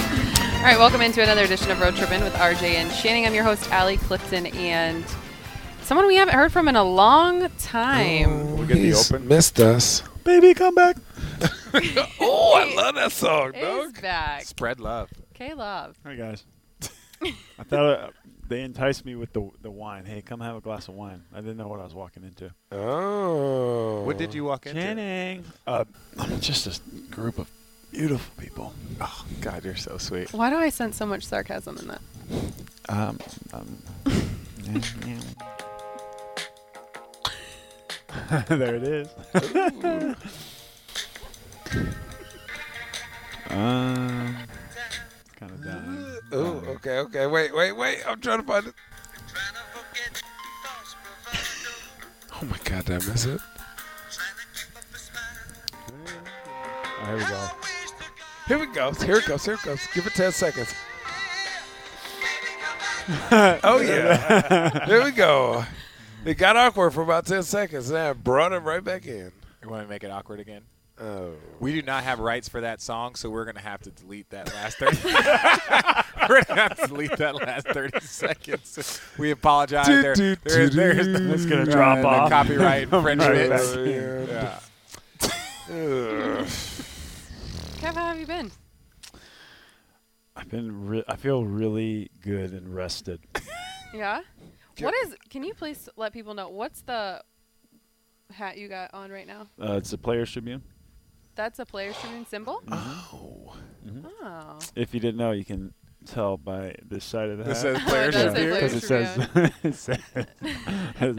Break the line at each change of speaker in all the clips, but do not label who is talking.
All right, welcome into another edition of Road Trippin' with RJ and Shannon. I'm your host, Allie Clifton, and someone we haven't heard from in a long time.
We get the
He's
open?
missed us.
Baby, come back.
Oh, I love that song,
Is back.
Spread love.
K Love.
Hi guys. I thought uh, they enticed me with the the wine. Hey, come have a glass of wine. I didn't know what I was walking into.
Oh.
What did you walk into?
Channing. Uh, I'm just a group of beautiful people.
Oh, God, you're so sweet.
Why do I sense so much sarcasm in that?
Um, um, yeah, yeah. there it is. um, kind of down.
Oh, okay, okay. Wait, wait, wait. I'm trying to find it. Oh my God, did I miss it?
Oh, here we go.
Here it goes. Here it goes. Here it goes. Give it 10 seconds. oh, yeah. there we go. It got awkward for about 10 seconds, and I brought it right back in.
You want to make it awkward again?
Oh.
We do not have rights for that song, so we're going to have to delete that last 30 We're going to have to delete that last 30 seconds. We apologize. There,
Do, do,
there,
do,
there's
do.
the
That's gonna
Right,
drop off.
copyright infringement.
back.
Oh, yeah.
Yeah.
Ugh.
Kev, how have you been?
I've been. Re- I feel really good and rested.
Yeah? What is, can you please let people know, what's the hat you got on right now?
Uh, it's the Players Tribune.
That's a Players Tribune symbol?
Oh.
Oh.
If you didn't know, you can tell by this side of the
This
hat.
says Players
does say
Tribune.
Oh, Players
it says. it says has-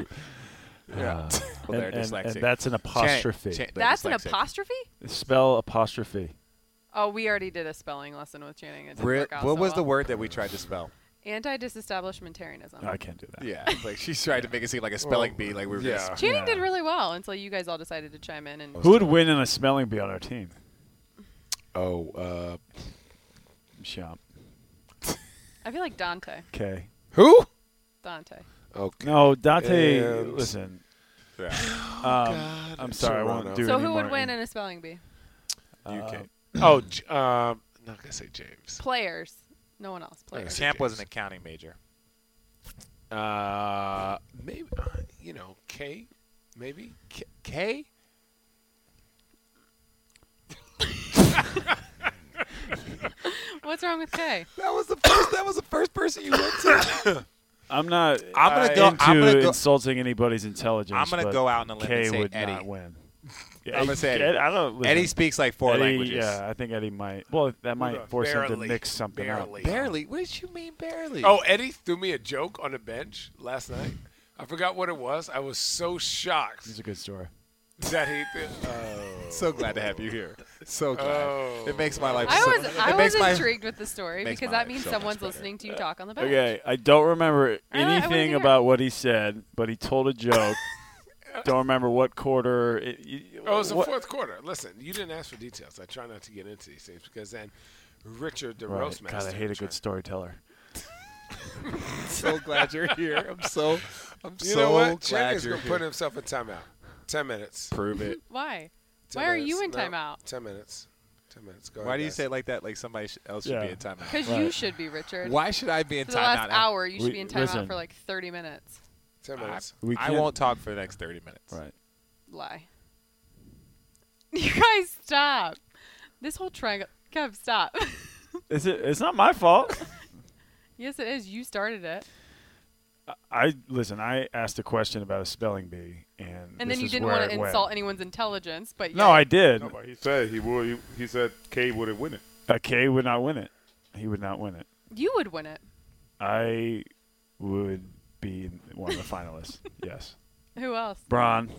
Yeah.
uh,
Well, they're
and, and, and
dyslexic.
that's an apostrophe.
Chan- they're
That's an
dyslexic.
apostrophe?
Spell apostrophe.
Oh, we already did a spelling lesson with Channing. It didn't
Re-
work out
what
so
was the
well.
word that we tried to spell?
Anti-disestablishmentarianism.
No, I can't do that.
Yeah, like she's trying to make it seem like a spelling bee, like we were
Yeah.
just.
Channing
Yeah.
did really well until you guys all decided to chime in and
Who would win in a spelling bee on our team?
Oh, uh,
Shop.
I feel like Dante.
Okay.
who?
Dante.
Okay.
No, Dante.
And-
listen.
Yeah.
Um, I'm sorry. I won't
Toronto.
do
so
any
who would
more-
win in a spelling bee?
Uh,
UK.
Oh, J- um, I'm not gonna say James.
Players. No one else.
Okay.
Players.
Champ was an accounting major.
Uh, maybe uh, you know K, maybe
K? K?
What's wrong with K?
That was the first. That was the first person you went to.
I'm not.
I'm gonna
uh,
go- I'm
into
gonna go-
insulting anybody's intelligence.
I'm gonna
but
go out on a limb and
Kay
say
would
Eddie.
not win.
I'm gonna say Eddie.
Ed- I don't. Listen,
Eddie speaks like four
Eddie,
languages.
Yeah, I think Eddie might. Well, that might
Rudolph.
force him
Barely.
to mix something
Barely.
up.
Barely. What did you mean barely?
Oh, Eddie threw me a joke on the bench last night. I forgot what it was. I was so
It's
shocked
a good story.
that he. Th- oh.
so glad to have you here. So glad.
Oh.
It makes my life.
I
so,
was
it
I was
makes my,
intrigued with the story
makes
because
my
that
life
means
so much
someone's
better.
listening to you talk on the bench.
Okay, I don't remember
I wanna- I wanna
anything
hear it.
about what he said, but he told a joke. don't remember what quarter. It, you-
Oh, it was the
what-
fourth quarter. Listen, you didn't ask for details. I try not to get into these things because then Richard the
Right.
Roastmaster.
God, I hate a good
tries-
storyteller.
so glad you're here. I'm so. I'm
You
so
know what?
glad
Channing's
you're
gonna
here.
put himself in timeout. Ten minutes.
Prove it.
Why?
10
Why are
minutes.
you in
No,
timeout?
Ten minutes. Ten minutes. Go
Why
ahead,
do you
guys.
say it like that? Like somebody sh- else should
Yeah.
be in timeout.
Because you
Right.
should be, Richard.
Why should I be in
For
timeout?
the last
now?
hour, you should
We-
be in timeout
listen.
for like 30 minutes.
Ten
I,
minutes.
We
I
can't-
won't talk for the next thirty minutes.
Right.
Lie. You guys stop. This whole triangle. Kev, stop.
Is it? It's not my fault.
yes, it is. You started it.
I listen. I asked a question about a spelling bee, and
And
this
then you
is
didn't
where
want to
it went.
insult anyone's intelligence, but
No, I
yet-
did.
No, but he said he would. He, he said K would have win it.
A K would not win it. He would not win it.
you would win it.
I would be one of the finalists. Yes.
Who else?
Braun,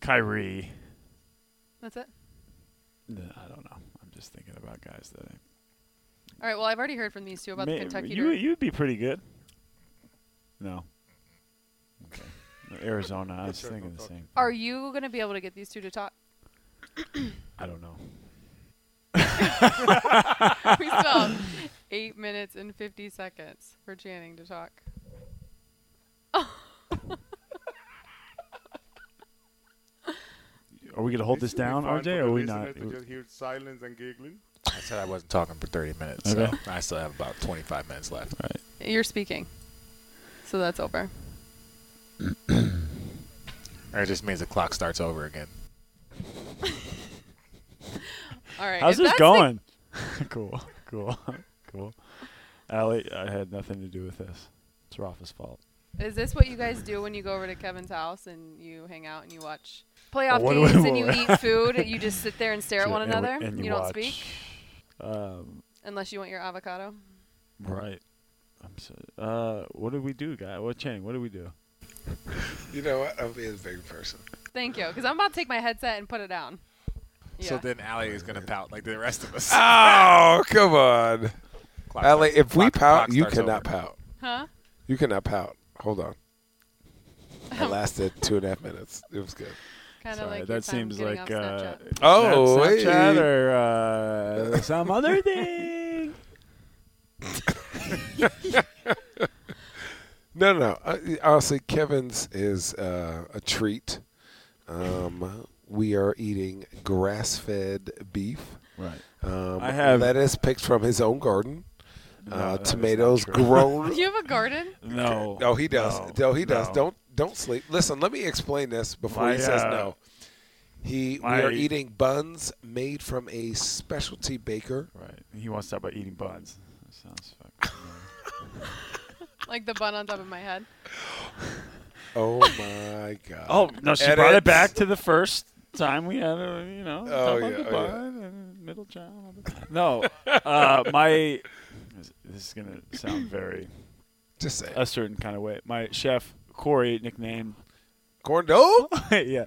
Kyrie.
That's it.
Nah, I don't know. I'm just thinking about guys that. I,
All right. Well, I've already heard from these two about
May-
the Kentucky
you e-
Derby.
you'd be pretty good. No. Okay. No, Arizona. I was thinking the same.
Are you going to be able to get these two to talk?
I don't know.
we still have eight minutes and 50 seconds for Channing to talk.
Are we gonna hold this down,
It'd be fine
RJ? Or
for
are
the
we
listeners
not?
To just hear silence and giggling.
I said I wasn't talking for 30 minutes,
Okay.
so I still have about 25 minutes left.
You're speaking. So that's over.
Or it just means the clock starts over again.
All right. if
How's this
that's the-
going? cool, cool, cool. Allie, I had nothing to do with this. It's Rafa's fault.
is this what you guys do when you go over to Kevin's house and you hang out and you watch playoff
What-
games
what-
and you eat food? You just sit there and stare at
So-
one
and we-
another.
and
you don't
watch.
speak
Um,
unless you want your avocado.
right. I'm so, uh, what did we do, guy? What Chang? What did we do?
You know what? I'm being a big person.
Thank you, because I'm about to take my headset and put it down. Yeah.
So then Allie is going to pout like the rest of us.
Oh, come on.
Clock
Allie,
starts-
if we
clock-
pout,
clock
you
starts
cannot
over.
pout.
huh?
You cannot pout. Hold on. I lasted two and a half minutes. It was good.
Kind of
Sorry,
like your time
that seems
getting off
like uh,
Snapchat.
Snap-
Oh,
Snapchat
wait.
or uh, some other thing.
No, no. no. Uh, Honestly, Kevin's is uh, a treat. Um, we are eating grass-fed beef.
Right.
Um,
I have-
lettuce picked from his own garden.
No,
uh,
that is not
tomatoes
true.
grown.
Do you have a garden?
No.
no, he does. No, he does.
no.
Don't don't sleep. Listen, let me explain this before he
My,
says
uh,
no. He
my-
we are eating buns made from a specialty baker.
Right. He wants to talk about eating buns. That sounds fucking.
Like the bun on top of my head.
Oh my god.
Oh no, she brought
Edits.
it back to the first time we had a you know
Oh,
top of
yeah,
the
oh,
bun and middle child. No, uh, my this is gonna sound very
just say
a certain kind of way. My chef Corey, nickname,
corn dog.
yeah,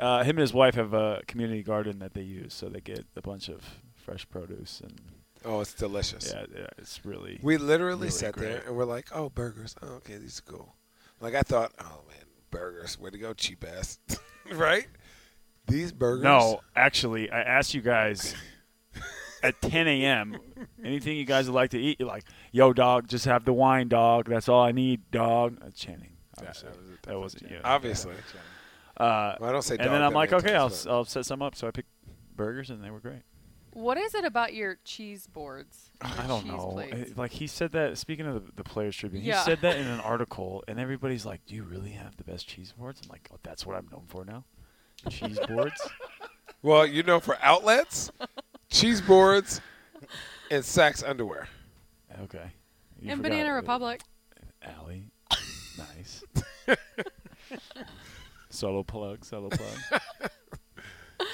uh, him and his wife have a community garden that they use, so they get a bunch of fresh produce and
Oh, it's delicious.
yeah, yeah it's really
We literally
Really
sat there
great.
and we're like, "Oh, burgers. Oh, okay, these are cool." Like I thought, "Oh man, burgers. Way to go, cheap ass." right? These burgers.
No, actually, I asked you guys at 10 a.m. anything you guys would like to eat. You're like, yo, dog, just have the wine, dog. That's all I need, dog. Uh, Channing, obviously.
that was it.
that wasn't you.
Obviously.
Uh,
Well, I don't say
and
dog
then
that
I'm like,
many
okay, I'll,
times, but-
I'll set some up. So I picked burgers, and they were great.
What is it about your cheese boards? Your
I don't
cheese
know.
plates?
It- Like he said that. Speaking of the, the Players Tribune,
Yeah.
he said that in an article, and everybody's like, "Do you really have the best cheese boards?" I'm like, "Oh, that's what I'm known for now." Cheese boards.
Well, you know, for outlets, cheese boards, and Saks underwear.
Okay. You
and
forgot
Banana
it.
Republic.
Alley. nice. solo plug, solo plug.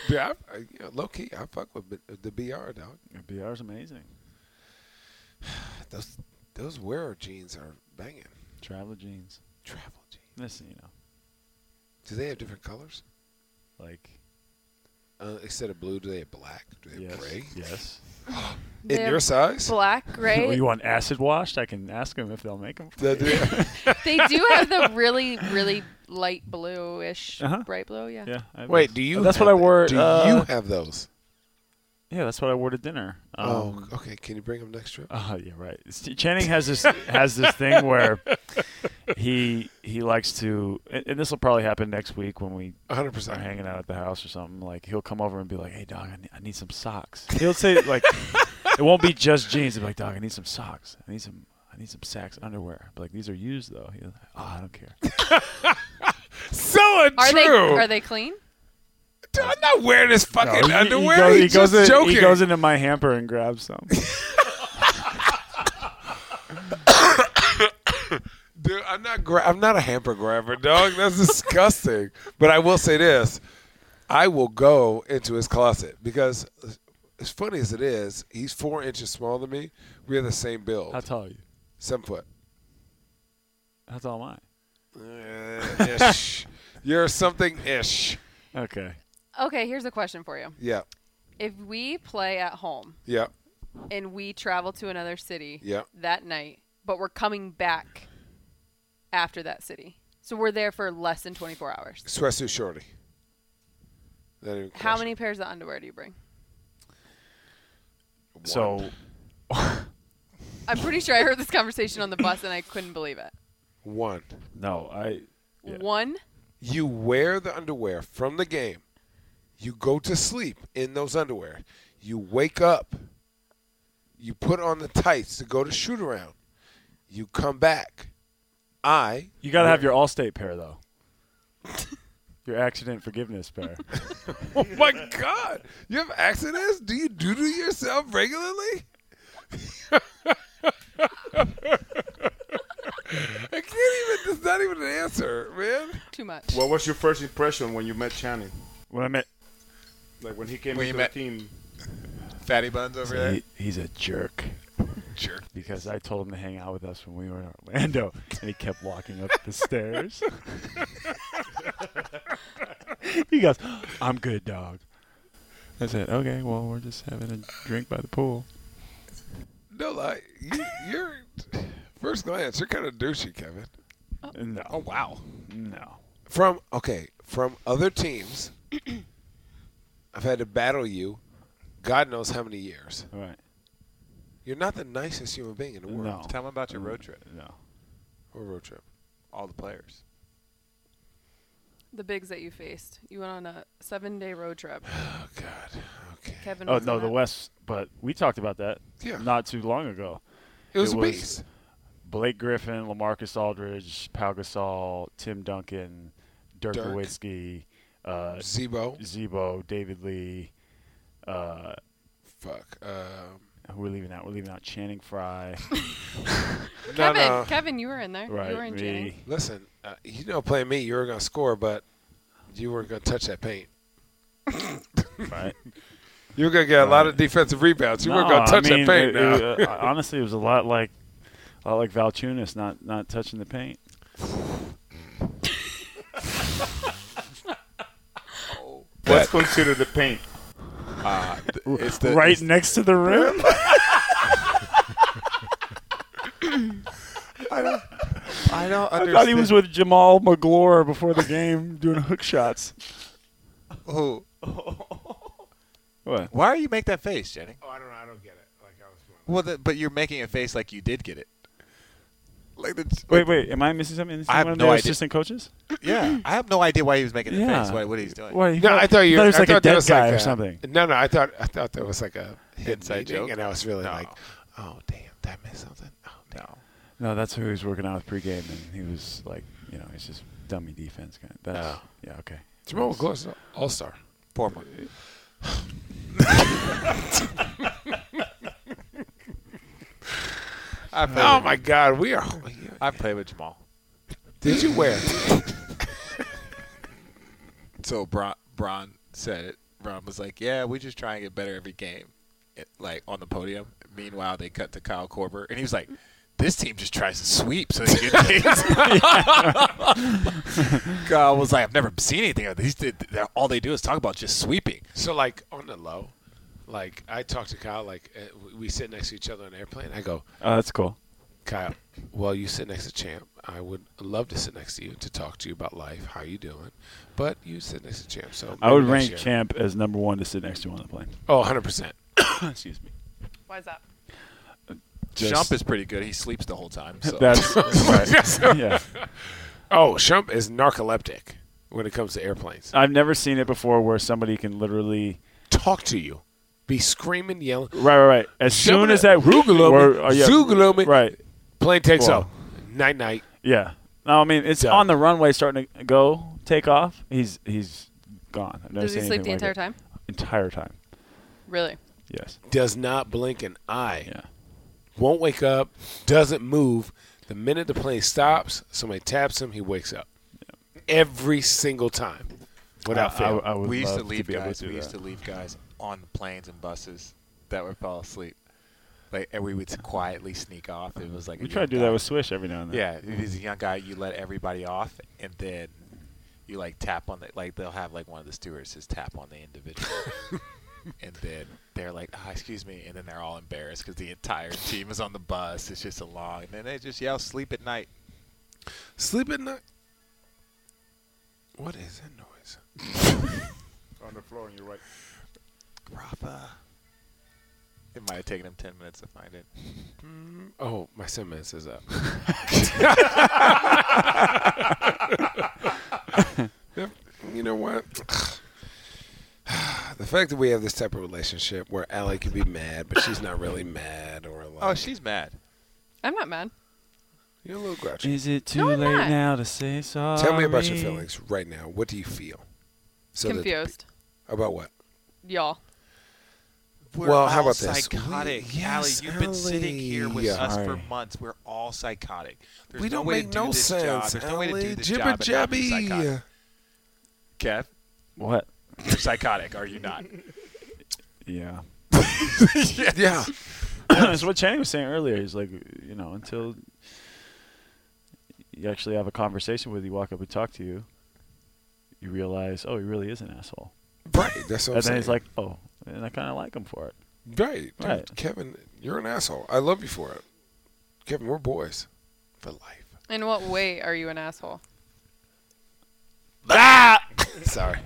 Yeah, I, I, you know, low key, I fuck with B- the BR dog.
BR's amazing.
Those those wearer jeans are banging.
Travel jeans.
Travel jeans.
Listen, you know,
Do they have different colors?
like
Uh, instead of blue, do they have black? Do they have
yes,
gray?
yes.
They
In
have
your size?
Black, gray.
you want acid washed? I can ask them if they'll make them.
Do they-
they do have the really, really light bluish,
Uh-huh.
bright blue. Yeah.
Yeah. I have
Wait,
those.
do you?
That's what I
have th-
wore.
Do
uh,
you have those?
yeah, that's what I wore to dinner. Um,
oh, okay. Can you bring them next trip?
Oh yeah, right. St- Channing has this has this thing where he he likes to, and, and this will probably happen next week when we
100.
are
percent
hanging out at the house or something, like he'll come over and be like, "Hey, dog, I need, I need some socks." He'll say like, "It won't be just jeans." He'll be like, "Dog, I need some socks. I need some, I need some Saks underwear." But like these are used though. He's like, "Oh, I don't care."
So
Are
true.
they are they clean?
Dude, I'm not wearing this
No,
fucking
he- he
underwear.
goes-
He's just
goes in-
joking.
he goes into my hamper and grabs some.
Dude, I'm not. Gra- I'm not a hamper grabber, dog. That's disgusting. But I will say this: I will go into his closet because, uh, as funny as it is, he's four inches smaller than me. We are the same build,
How tall are you?
seven foot.
How tall am
Uh, ish. You're something ish.
I? Okay.
Okay, here's a question for you.
Yeah,
If we play at home
yeah,
and we travel to another city
Yeah.
that night, but we're coming back after that city, so we're there for less than 24 hours.
sweatsuit shorty. Not even a
How
question.
many pairs of underwear do you bring?
One.
So
I'm pretty sure I heard this conversation on the bus and I couldn't believe it.
one.
no, I Yeah.
One.
You wear the underwear from the game. You go to sleep in those underwear. You wake up You put on the tights to go to shoot around. You come back. I
You got to have your all-state pair though. your accident forgiveness pair.
Oh my God! You have accidents? Do you do to yourself regularly? I can't even. That's not even an answer, man.
Too much.
What was your first impression when you met Channing?
when I met
Like when he came
When you
into
met-
the team.
Fatty buns over there.
He- he's a jerk.
Jerk.
Because I told him to hang out with us when we were in Orlando, and he kept walking up the stairs. he goes, "I'm good, dog." I said, "Okay, well, we're just having a drink by the pool."
No, like you, you're first glance, you're kind of douchey, Kevin.
No,
Oh wow.
no.
From okay, from other teams, I've had to battle you. God knows how many years.
All right,
You're not the nicest human being in the world.
no, Mm,
Tell them about your road trip.
no.
Or road trip.
All the players.
The bigs that you faced. You went on a seven-day road trip.
Oh God. Okay.
Kevin.
Oh
was
no,
on
the
it.
Mm-hmm.
West. But we talked about that
Yeah.
not too long ago.
it was
it
a
was-
beast.
Blake Griffin, Lamarcus Aldridge, Pau Gasol, Tim Duncan, Dirk,
Dirk.
Nowitzki, uh,
Zebo.
Zebo, David Lee. Uh,
Fuck. Um,
who Uh, we're leaving out? We're leaving out Channing Frye.
no,
Kevin.
no.
Kevin, you were in there.
right,
You were in Channing.
me.
Listen, uh, you know, playing me, you were gonna score, but you weren't gonna touch that paint.
Right.
You were gonna get a lot of defensive rebounds. You weren't gonna touch
I mean,
that paint.
it-
now.
it- uh, honestly, it was a lot like, a lot like Valchunas not not touching the paint.
What's considered the paint?
Uh, It's the
right next to the rim.
I don't
I
understand.
thought he was with Jamal McGlure before the game doing hook shots.
Who?
What?
Why do you make that face, Jenny?
Oh, I don't know. I don't get it. Like I was.
Well, the, but you're making a face like you did get it. Like the,
Wait, wait. Am I missing something? Is he
I have
one of
no
their
idea.
assistant coaches?
yeah. I have no idea why he was making the
Yeah.
face. Why, what he's doing?
What?
no, I thought you
he was
I
like
thought
a
that
dead
was
guy
like
or
a-
something.
No, no. I thought I thought that was like a hidden
Inside
meeting,
joke?
and I was really
No.
like, oh damn, did I miss something? Oh damn.
No.
No, that's who he was working on with pregame, and he was like, you know, it's just dummy defense kind. Of, that's
Oh.
yeah, okay.
Jamal McGlory is an all star.
Poor one. I played
Oh
with,
my God, we are.
I played with Jamal.
Did you wear?
So Bron, Bron said it. Bron was like, "Yeah, we just try and get better every game, It- like on the podium." Meanwhile, they cut to Kyle Korver, and he was like, "This team just tries to sweep so they get things." Kyle was like, "I've never seen anything like this. They- they're- All they do is talk about just sweeping."
So like on the low, like I talked to Kyle. Like uh, we- we sit next to each other on an airplane. I go,
Oh, that's cool.
Kyle, well, you sit next to Champ. I would love to sit next to you to talk to you about life, how you doing. But you sit next to Champ, so
I would
maybe next
rank
year.
Champ as number one to sit next to on the plane.
Oh, 100 percent.
Excuse me.
Why's that?
Just-
Shump is pretty good. He sleeps the whole time. So.
That's right. yeah.
Oh, Shump is narcoleptic when it comes to airplanes.
I've never seen it before where somebody can literally
Talk to you, be screaming, yelling.
right, right, right. As soon as that
Zoogalomi,
where- oh, yeah.
Zoogalomi.
right,
Plane takes
Wow.
off. Night, night.
yeah. No, I mean it's
Done.
on the runway starting to go take off. He's he's gone. I've never
Does he
seen
sleep the
anything
entire
like
time?
it. Entire time.
Really?
Yes.
Does not blink an eye.
Yeah.
Won't wake up. Doesn't move. The minute the plane stops, somebody taps him. He wakes up. Every single time, without
I, I,
fail.
I would
we used
love
to leave
be able
guys.
to do
we used
that.
to leave guys on planes and buses that would fall asleep. Like, and we would quietly sneak off. It was like a
We try to
young
do that
guy.
with Swish every now and then.
Yeah, if he's a young guy, you let everybody off, and then you like tap on the like they'll have like one of the stewards just tap on the individual, and then they're like, oh, "Excuse me," and then they're all embarrassed because the entire team is on the bus. It's just a long, and then they just yell, "Sleep at night."
Sleep at night. What is that noise?
On the floor, and you're right.
Rafa. It might have taken him ten minutes to find it.
Oh, my sentence is up. Yep, you know what? the fact that we have this type of relationship where Allie could be mad, but she's not really mad, or like,
Oh, she's mad.
I'm not mad.
you're a little grouchy.
Is it too
No, I'm
late
not.
now to say sorry?
Tell me about your feelings right now. What do you feel? So that-
Confused.
about what?
Y'all.
We're
Well,
all
how about this?
psychotic.
We-
Allie,
yes,
you've been sitting here with
Allie.
us for
Sorry.
months. We're all psychotic. There's
we don't
no way
make
to do
no
this
sense.
Job. There's no way to do
Allie.
this
Jibber
job and not be
jabby.
psychotic. Kev,
What?
you're psychotic, are you not?
Yeah.
Yeah.
That's what Channing was saying earlier. He's like, you know, until you actually have a conversation with you, walk up and talk to you, you realize, oh, he really is an asshole.
Right. That's what I'm
and then
saying.
he's like, oh, and I kind of like him for it.
Right. Dude,
Right.
Kevin, you're an asshole. I love you for it. Kevin, we're boys for life.
In what way are you an asshole?
Sorry.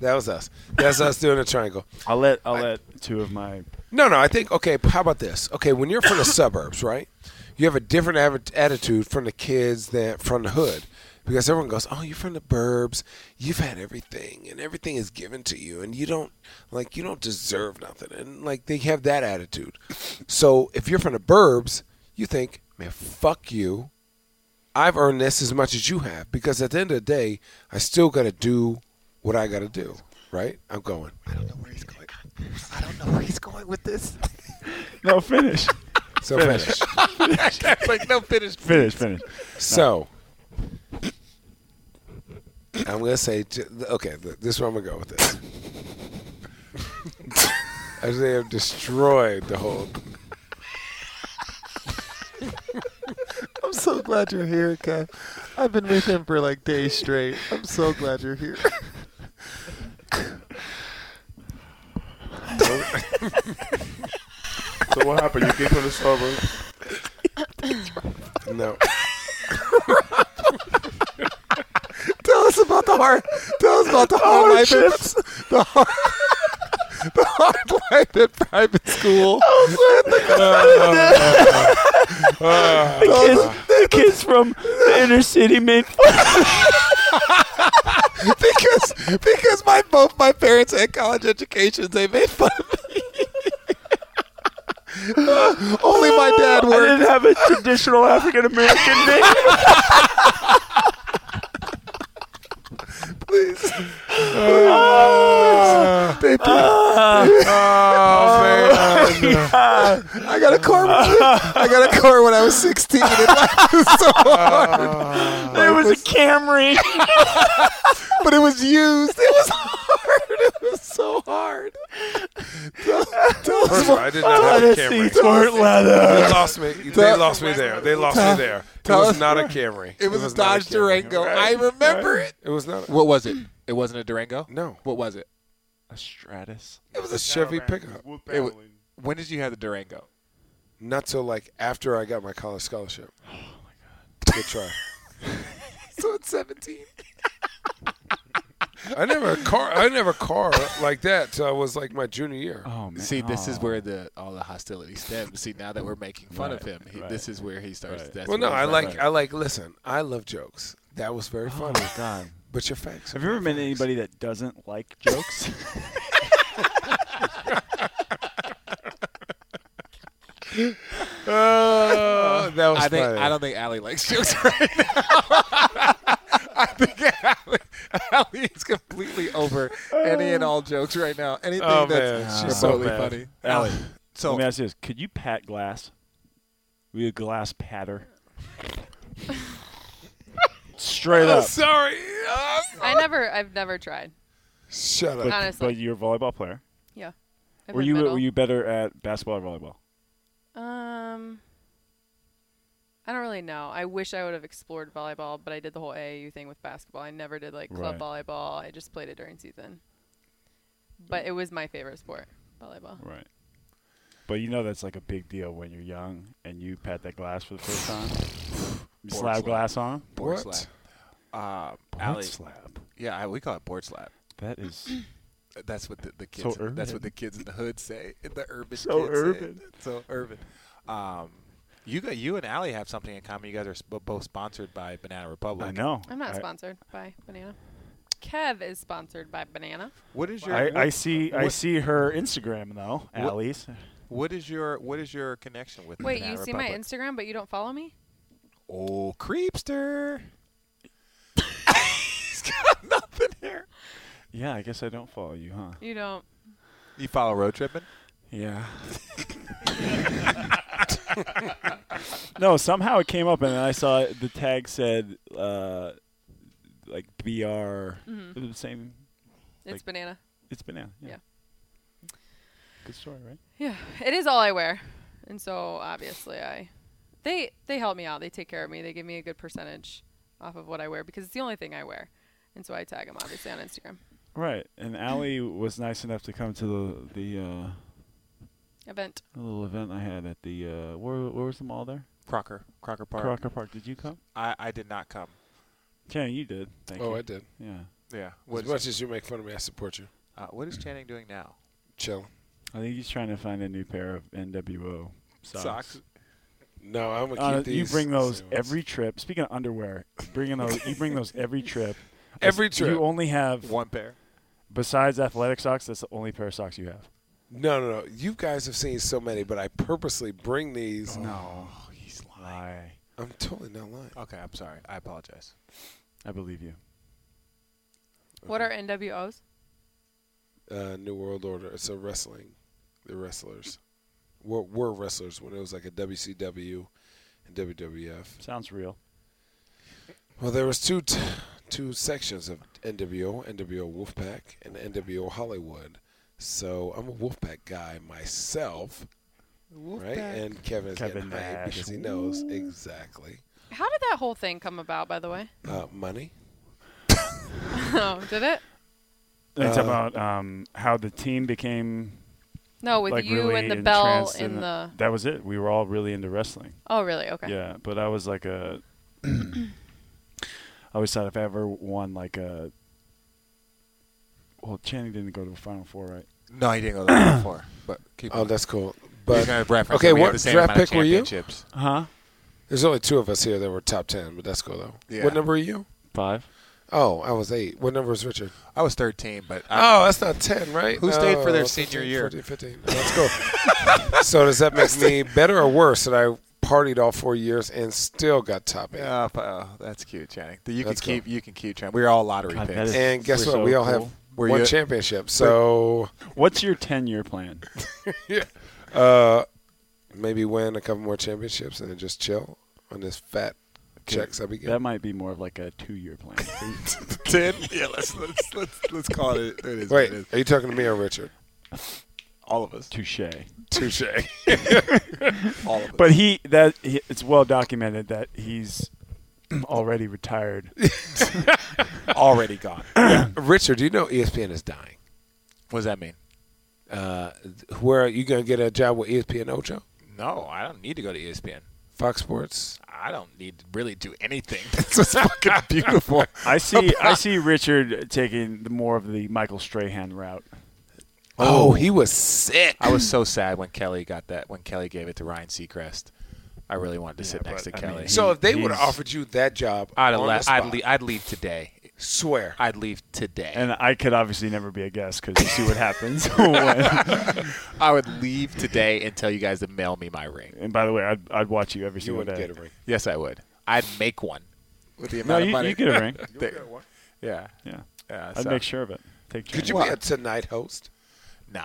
that was us. That's us doing a triangle.
I'll let I'll let two of my
No, no, I think, okay, how about this? Okay, when you're from the suburbs, right? You have a different av- attitude from the kids than from the hood. Because everyone goes, oh, you're from the burbs. You've had everything, and everything is given to you, and you don't like you don't deserve nothing. And like they have that attitude. So if you're from the burbs, you think, man, fuck you. I've earned this as much as you have because at the end of the day, I still got to do what I got to do, right? I'm going. I don't know where he's going. I don't know where he's going with this.
no finish
So finish.
Kev's like, no, finish.
finish finish.
So I'm gonna say, j- okay, th- this is where I'm gonna go with this. As they have destroyed the whole.
I'm so glad you're here, Kev. I've been with him for like days straight. I'm so glad you're here.
So what happened? You came from the suburbs.
No,
Tell us about the hard. Tell us about the hard life. At, the hard. The hard life at private school.
The kids, the kids from the inner city made fun.
because because my both my parents had college educations, they made fun of me. Only my dad
I
worked.
didn't have a traditional African American name.
Please. They put-
Oh, Ah,
I got a car. I got a car when I was 16. And life was so hard.
There was a Camry.
but it was used. It was hard. It was so hard. Tell- tell us
first of all,
more-
I did not have a Camry.
seats weren't leather.
They lost me. They lost me there. They lost me there. It
Tell us-
was not a Camry.
It was, a
not
Dodge
Camry.
Durango. I remember it.
It was not. A,
What was it?
It wasn't a Durango?
no,
What was it?
A Stratus.
it was a Chevy pickup.
Wood
It wa-
paneling.
When did you have the Durango?
Not till like after I got my college scholarship. Oh my god. Good try.
So it's 17.
I never car. I never car like that till I was like my junior year.
Oh man.
See, this is
Oh.
where the all the hostility stems. See, now that we're making fun of him, he,
right,
this is where he starts.
right.
That's
well, no,
where
I
he's
like. I like. Listen, I love jokes. That was very
Oh
funny.
my god.
But your facts.
Have you ever met anybody that doesn't like jokes?
Oh, that was
I think
funny.
I don't think Allie likes jokes right now. I think Allie, Allie is completely over any and all jokes right now. Anything
Oh,
that's
man.
She's so
remotely
bad.
funny. Oh.
Allie,
So
let me ask you this: Could you pat glass? We a glass patter. Straight
I'm
up.
sorry. Oh,
I never. I've never tried.
shut up.
But,
Honestly.
but you're a volleyball player.
Yeah. I've
Were
been
you
middle.
were you better at basketball or volleyball?
Um. I don't really know. I wish I would have explored volleyball, but I did the whole AAU thing with basketball. I never did like club volleyball. I just played it during season. But it was my favorite sport, volleyball.
Right. But you know that's like a big deal when you're young and you pat that glass for the first time. You
Board
slap
slap.
glass on.
board
What?
slap. Uh,
Board
Allie,
slap.
yeah, I- we call it board slap.
That is
That's what the, the
So
kids. that's what
urban.
the kids in the hood say. The urban.
So
kids say.
urban.
So urban. Um, you got you and Allie have something in common. You guys are sp- both sponsored by Banana Republic.
I know.
I'm not
I,
sponsored by Banana. Kev is sponsored by Banana.
What is your
I,
what,
I see. I
what-
see her Instagram though, Allie's.
What is your what is your connection with
Wait,
Banana
you see my
Republic?
Instagram, but you don't follow me?
Oh, creepster. He's got nothing here.
Yeah, I guess I don't follow you, huh?
You don't.
You follow road tripping?
Yeah. no, somehow it came up, and then I saw it- the tag said uh, like BR. It was the same.
Mm-hmm. It's
Like-
Banana.
It's banana. Yeah.
Yeah.
Good story, right?
Yeah, it is all I wear, and so obviously I, they they help me out. They take care of me. They give me a good percentage off of what I wear because it's the only thing I wear, and so I tag them obviously on Instagram
Right. And Allie was nice enough to come to the the uh,
event.
little event I had at the uh, where where was the mall there?
Crocker, Crocker Park.
Crocker Park. Did you come?
I, I did not come.
Yeah, you did. Thank
Oh,
you.
I did.
Yeah.
Yeah.
as much as you make fun of me, I support you.
uh, what is Channing doing now?
Chill.
I think he's trying to find a new pair of NWO socks.
No, I'm gonna
Uh,
keep these.
you bring those
same ones.
every trip. Speaking of underwear, bringing those you bring those every trip.
Every
As-
trip.
You only have
One pair.
besides athletic socks. That's the only pair of socks you have.
No, no, no. You guys have seen so many, but I purposely bring these.
No,
Oh, He's lying.
I
I'm totally not lying.
Okay, I'm sorry. I apologize.
I believe you.
What are NWOs?
Uh, New World Order. It's a wrestling. The wrestlers were, were wrestlers when it was like a WCW and WWF.
Sounds real.
Well, there was two t- two sections of NWO, NWO Wolfpack, and NWO Hollywood. So I'm a Wolfpack guy myself, right? And Kevin's
Kevin
getting hyped
Nash.
because he knows exactly
How did that whole thing come about, by the way?
uh, money.
oh, did it?
It's
Uh,
about um, how the team became
No, with
like
you
really
and the bell
entranced in
in the.
That was it. We were all really into wrestling.
Oh, really? Okay.
Yeah, but I was like a. I always thought if I ever won like a. Well, Channing didn't go to a Final Four, right?
No, he didn't go there before. But keep
Oh,
on.
that's cool.
You're
But
gonna reference
okay,
that we have
what
the same
draft
amount of
pick were you?
championships.
Huh?
there's only two of us here that were top ten, but that's cool though.
Yeah.
What number are you?
Five.
Oh, I was eight. What number is Richard?
I was 13, but I,
Oh, that's not ten, right?
Who stayed for their
No,
senior year?
14, 15. Let's go. so does that make me better or worse that I partied all four years and still got top eight?
Yeah, but- oh, that's cute, Channing. You
Let's
can
go.
keep. You can keep trying. We were all lottery
God, that
picks.
is-
And guess
We're
what?
so
we all
cool.
have
Were
one
you-
championship. So
What's your ten-year plan?
uh, maybe win a couple more championships and then just chill on this fat checks I be
That
getting.
might be more of like a two-year plan.
Ten? Yeah, let's let's let's let's call it. It is.
Wait,
it is.
are you talking to me or Richard?
all of us.
Touche.
Touche.
All of us.
But he that he, it's well documented that he's already retired.
already gone.
Richard, do you know E ESPN is dying?
What does that mean?
Uh, th- where are you going to get a job with E ESPN Ocho?
No, I don't need to E go to ESPN.
Fox Sports?
I don't need to really do anything. It's just fucking beautiful.
I see. I see Richard taking the more of the Michael Strahan route.
Oh, he was sick.
I was so sad when Kelly got that. When Kelly gave it to Ryan Seacrest, I really wanted to sit next to
but, I mean,
Kelly.
So if they would have
He's-
offered you that job,
I'd
on
le-
the
I'd,
spot,
le- I'd leave today.
swear.
I'd leave today.
And I could obviously never be a guest because you see what happens. when-
I would leave today and tell you guys to mail me my ring.
and by the way, I'd, I'd watch you every
you
single
wouldn't
day.
get a ring.
Yes, I would. I'd make one with the
No,
amount of
you,
money.
you get a ring.
They- Yeah,
Yeah,
yeah.
I'd
so-
make sure of it. Take
Could you
chances.
be a tonight host?
No.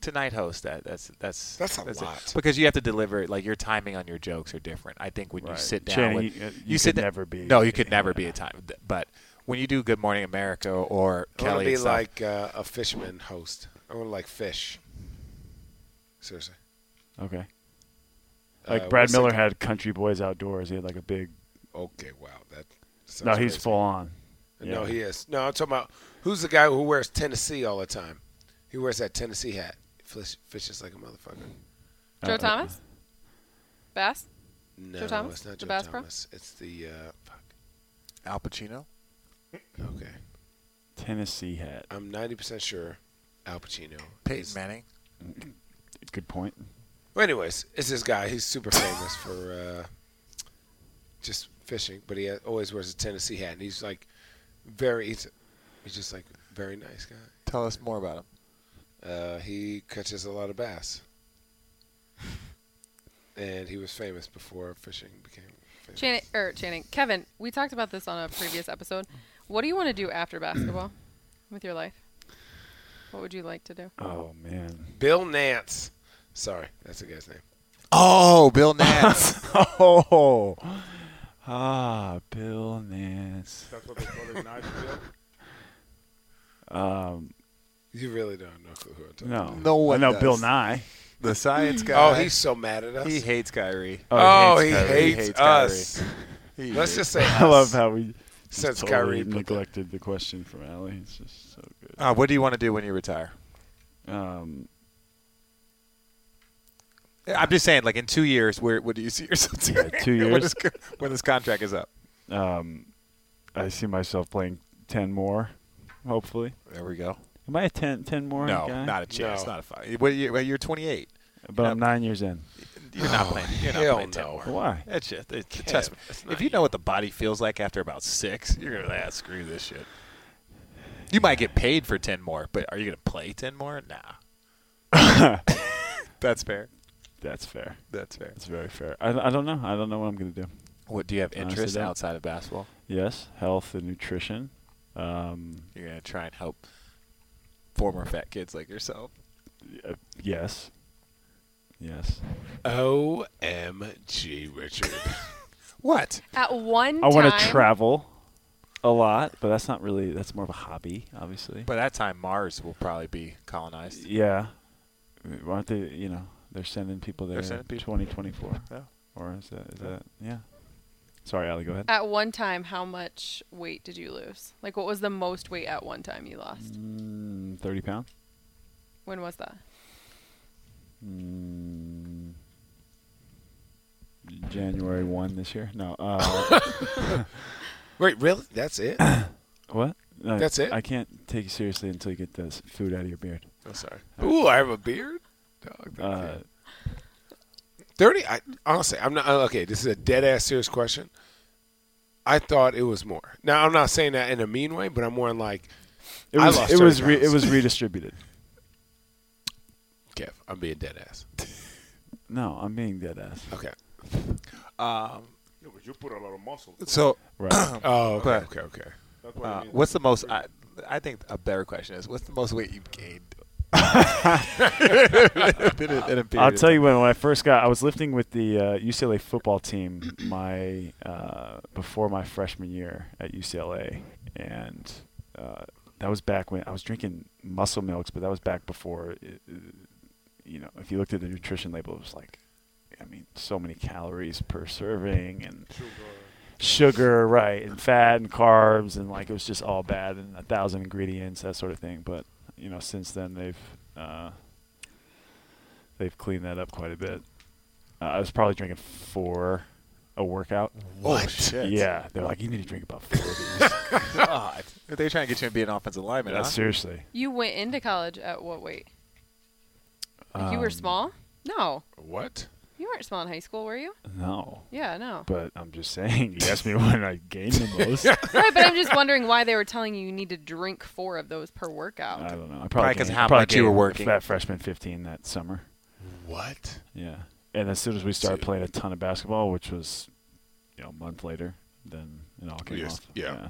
Tonight host that that's that's
That's a
it.
lot.
because you have to deliver like your timing on your jokes are different. I think when you
Right.
sit down,
Channing,
with,
you- uh, you could
da-
never be-
No, you could never be
yeah.
a time. But when you do Good Morning America or
I want
Kelly,
to be
and stuff,
like uh, a fisherman host. I want to like fish. Seriously.
Okay. Like
Uh,
Brad
what's
Miller
that-
had Country Boys Outdoors. He had like a big.
Okay, wow. That sounds
No, he's
crazy.
full on.
No,
Yeah.
he is. No, I'm talking about who's the guy who wears Tennessee all the time? He wears that Tennessee hat. Fish, fishes like a motherfucker.
Joe
Uh,
Thomas. Bass.
No,
Thomas?
it's not
The
Joe
bass pro?
Thomas. It's the uh, fuck.
Al Pacino.
Okay,
Tennessee hat.
I'm 90 percent sure Al Pacino.
Peyton
is-
Manning.
Good point.
Well, anyways, it's this guy. He's super famous for uh, just fishing, but he always wears a Tennessee hat, and he's like very. He's, He's just like very nice guy.
Tell us more about him.
Uh, he catches a lot of bass, and he was famous before fishing became famous.
Channing, er, Channing, Kevin, we talked about this on a previous episode. What do you want to do after basketball with your life? What would you like to do?
Oh man.
Bill Nance. Sorry, that's the guy's name.
Oh, Bill Nance.
Oh. Ah, Bill Nance.
That's what they call it, Nigel.
Um,
You really don't know who I'm talking
no.
No one
I know
does.
Bill Nye.
the science guy.
about. Oh, he's so mad at us.
he hates Kyrie.
Uh,
oh, he hates,
Kyrie.
us.
He
Let's
hates-
just say
I love
us,
how we just
since
totally
Kyrie put that-
neglected the question from Allie. It's just so good.
Uh, what do you want to do when you retire?
Um,
I'm just saying, like in two years, where what do you see yourself doing?
two
when,
years.
this, when this contract is up.
um, I see myself playing ten more, hopefully.
There we go.
Am I a 10, 10 more
No,
guy?
not a chance.
No.
Not a five. What, you, well, you're 28.
But I'm nine years in.
You're not playing. You're not
Oh, hell
playing
no.
10 more.
Why?
That shit. It's a test. If you know what the body feels like after about six, you're gonna be like, ah, screw this shit. You might get paid for ten more, but are you gonna play ten more? Nah. That's fair.
That's fair.
That's fair.
That's very fair. I, I don't know. I don't know what I'm gonna do.
What do you have
Honestly,
interest
don't.
outside of basketball?
Yes, health and nutrition. Um,
You're gonna try and help former fat kids like yourself.
uh, yes. Yes.
OMG, Richard.
What?
At one time,
I want to travel a lot, but that's not really. That's more of a hobby, obviously.
By that time, Mars will probably be colonized.
yeah, Why aren't they? You know, they're sending people there.
They're sending people.
Twenty twenty four.
Yeah.
Or is that? Is that? Yeah. Sorry, Ali. Go ahead.
at one time, how much weight did you lose? Like, what was the most weight at one time you lost?
Mm, Thirty pound.
When was that?
Mm, January one this year. No. Uh,
Wait, really? That's it?
what? No,
That's it?
I can't take you seriously until you get this food out of your beard.
I'm sorry. Ooh, I have a beard. Dog, thank
Uh,
you. Thirty. I honestly, I'm not uh, okay. This is a dead ass serious question. I thought it was more. Now I'm not saying that in a mean way, but I'm more in like,
it
I
was.
lost
it was.
30
Re- it
pounds.
was redistributed.
Kev, I'm being dead ass.
No, I'm being dead ass.
Okay.
Yeah, but you put a lot of muscle. too.
So,
Right.
Oh, okay,
But-
okay, okay.
That's what
uh,
I mean.
what's the most? I, I think a better question is, what's the most weight you've gained? in a, in a period
I'll
of
tell
time?
you when, when I first got, I was lifting with the uh, UCLA football team my uh, before my freshman year at UCLA, and uh, that was back when I was drinking muscle milks, but that was back before, it, you know, if you looked at the nutrition label, it was like, I mean, so many calories per serving and
Sugar.
sugar, right, and fat and carbs, and like it was just all bad and a thousand ingredients, that sort of thing. But you know, since then they've uh, they've cleaned that up quite a bit. Uh, I was probably drinking four a workout.
What? Oh, shit.
Yeah, they're like, you need to drink about four of these.
God. They're trying to get you to be an offensive lineman.
Yeah,
huh?
Uh, seriously.
You went into college at what weight? Like, you were
Um,
small? No,
What?
you weren't small in high school, were you?
No,
Yeah, no.
but I'm just saying. You asked me when I gained the most.
right, but I'm just wondering why they were telling you you need to drink four of those per workout.
I don't know.
Probably
I probably
'cause
gained-
how
I probably
much you were
gained
working.
That freshman 15 that summer.
What?
Yeah. And as soon as we started
Dude.
playing a ton of basketball, which was, you know, a month later, then it all came
Yes,
off.
yeah.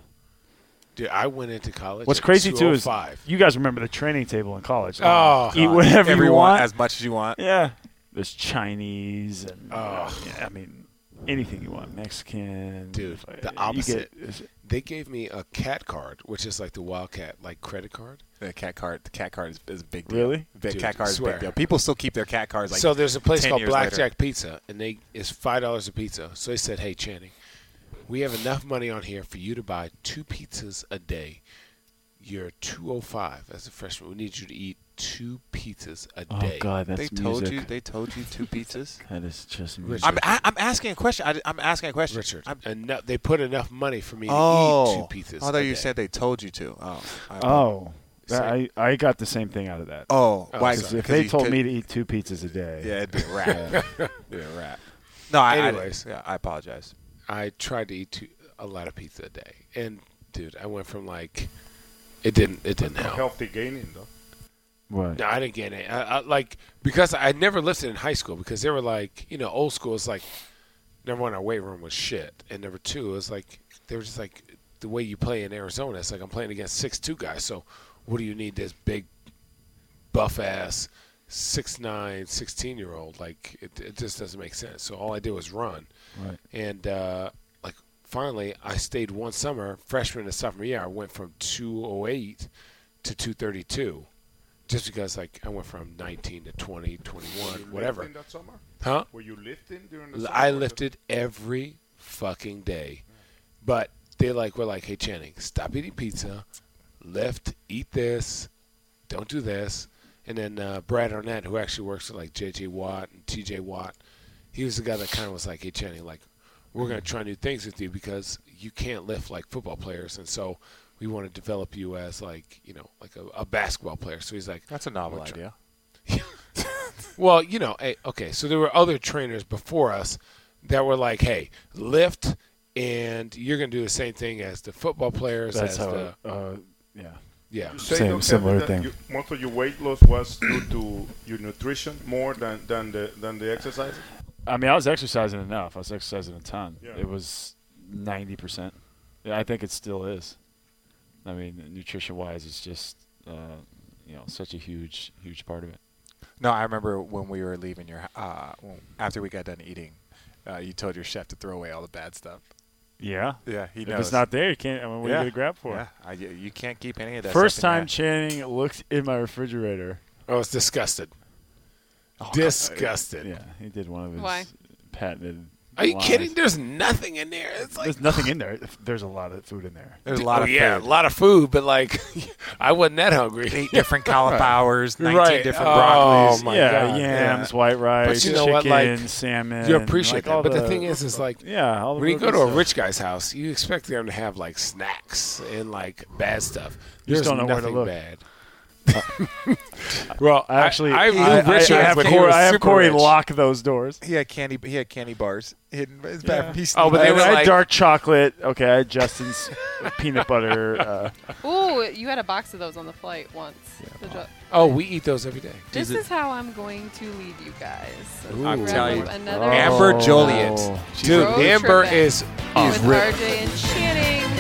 Dude, I went into college.
What's
at
crazy too is
205.
you guys remember the training table in college.
Oh,
eat
God.
whatever you
Everyone-
want.
as much as you want.
yeah. There's Chinese and uh,
Oh.
yeah, I mean anything you want. Mexican.
Dude,
if I-
the
you
opposite.
get- is-
they gave me a cat card, which is like the Wildcat like credit card.
The cat card, the cat card is, is a big deal.
Really?
Big
Dude,
cat card is a
swear.
big deal. People still keep their cat cards. Like,
so there's a place
10
called
years later.
Blackjack Pizza, and they it's five dollars a pizza. So they said, "Hey Channing, we have enough money on here for you to buy two pizzas a day. You're 205 as a freshman. We need you to eat two pizzas a
oh
day."
god, that's
they told
music.
you. They told you two pizzas.
that is just
Rich.
music.
I'm, I, I'm asking a question. I, am asking a question.
Richard,
I'm,
enough, they put enough money for me to
oh,
eat two pizzas.
although
a
you
day.
said they told you to. Oh, I-
Oh. that- I, I got the same thing out of that.
oh,
Oh,
why?
'Cause
sorry.
if they
you
told
could-
me to eat two pizzas a day.
yeah, it'd be a wrap. It'd be a wrap. No, I,
Anyways.
I, yeah, I apologize.
I tried to eat two, a lot of pizza a day, and dude, I went from like
It didn't. It didn't help.
Healthy gaining though.
What?
No, I didn't get it. I, I, like because I never lifted in high school because they were like you know old school. It's like number one, our weight room was shit, and number two, it's like they were just like the way you play in Arizona. It's like I'm playing against six two guys. So what do you need this big buff ass six nine, 16 year old? Like it, it just doesn't make sense. So all I did was run,
Right.
and uh, like finally I stayed one summer, freshman to sophomore year. I went from 208 to 232 just because like I went from 19 to 20,
Were
21,
you
whatever.
Lifting that summer?
Huh?
Were you lifting during the? summer?
I
or just-
lifted every fucking day. But they like were like, "Hey Channing, stop eating pizza. Lift, eat this. Don't do this." And then uh, Brad Arnett, who actually works with like JJ Watt and TJ Watt, he was the guy that kind of was like, "Hey Channing, like we're gonna try new things with you because you can't lift like football players, and so we want to develop you as like you know like a, a basketball player." So he's like,
That's a novel
We're try-
idea.
well, you know, hey, okay, so there were other trainers before us that were like, hey, lift and you're going to do the same thing as the football players.
That's
as
how.
the,
uh, yeah.
yeah.
You say,
Same-
though,
similar
Kevin,
thing.
that You, most of your weight loss was due to your nutrition more than than the than the exercise.
I mean, I was exercising enough. I was exercising a ton.
Yeah.
It was ninety percent. I think it still is. I mean, nutrition wise, it's just uh, you know such a huge, huge part of it.
No, I remember when we were leaving your uh, when- after we got done eating, uh, you told your chef to throw away all the bad stuff.
Yeah.
Yeah, he
If
knows.
it's not there, you can't. I mean, what are
Yeah.
you gonna grab for?
yeah, I, you- you can't keep any of that.
First
stuff in
time
your-
Channing looked in my refrigerator.
I was disgusted.
Oh,
disgusted.
Yeah, he did one of his
Why?
patented.
Are you
lies.
kidding? There's nothing in there. It's like,
There's nothing in there. There's a lot of food in there.
there's a lot
oh,
of
yeah,
food.
a lot of food, but like, I wasn't that hungry.
eight different cauliflowers, 19
Right.
different
Oh,
broccolis.
my
yeah,
God.
yams, white rice,
you know what, like,
chicken, salmon.
you appreciate
like, all
that. But the, thing is, is like,
yeah, all the
when you go
broken
to a
stuff.
rich guy's house, you expect them to have like snacks and like bad stuff.
You just
There's
don't know where to
nothing
look. Uh,
bad. well,
I actually,
I,
I, I-
Richard
I have,
when he
Corey,
was
I have
super
Corey
rich.
lock those doors.
He had candy. He had candy bars hidden. in His
Yeah.
bathroom. He
Oh, but
I,
they
sneaked-
were
I had
like-
dark chocolate. Okay, I had Justin's peanut butter. Uh,
Ooh, you had a box of those on the flight once. The jo-
Oh, we eat those every day.
this
Is it-
is how I'm going to lead you guys.
I'm
Wrap
telling
up
you.
Another
Oh.
Amber Joliet.
Dude,
Road
Amber
trip back.
is
with RJ and Channing.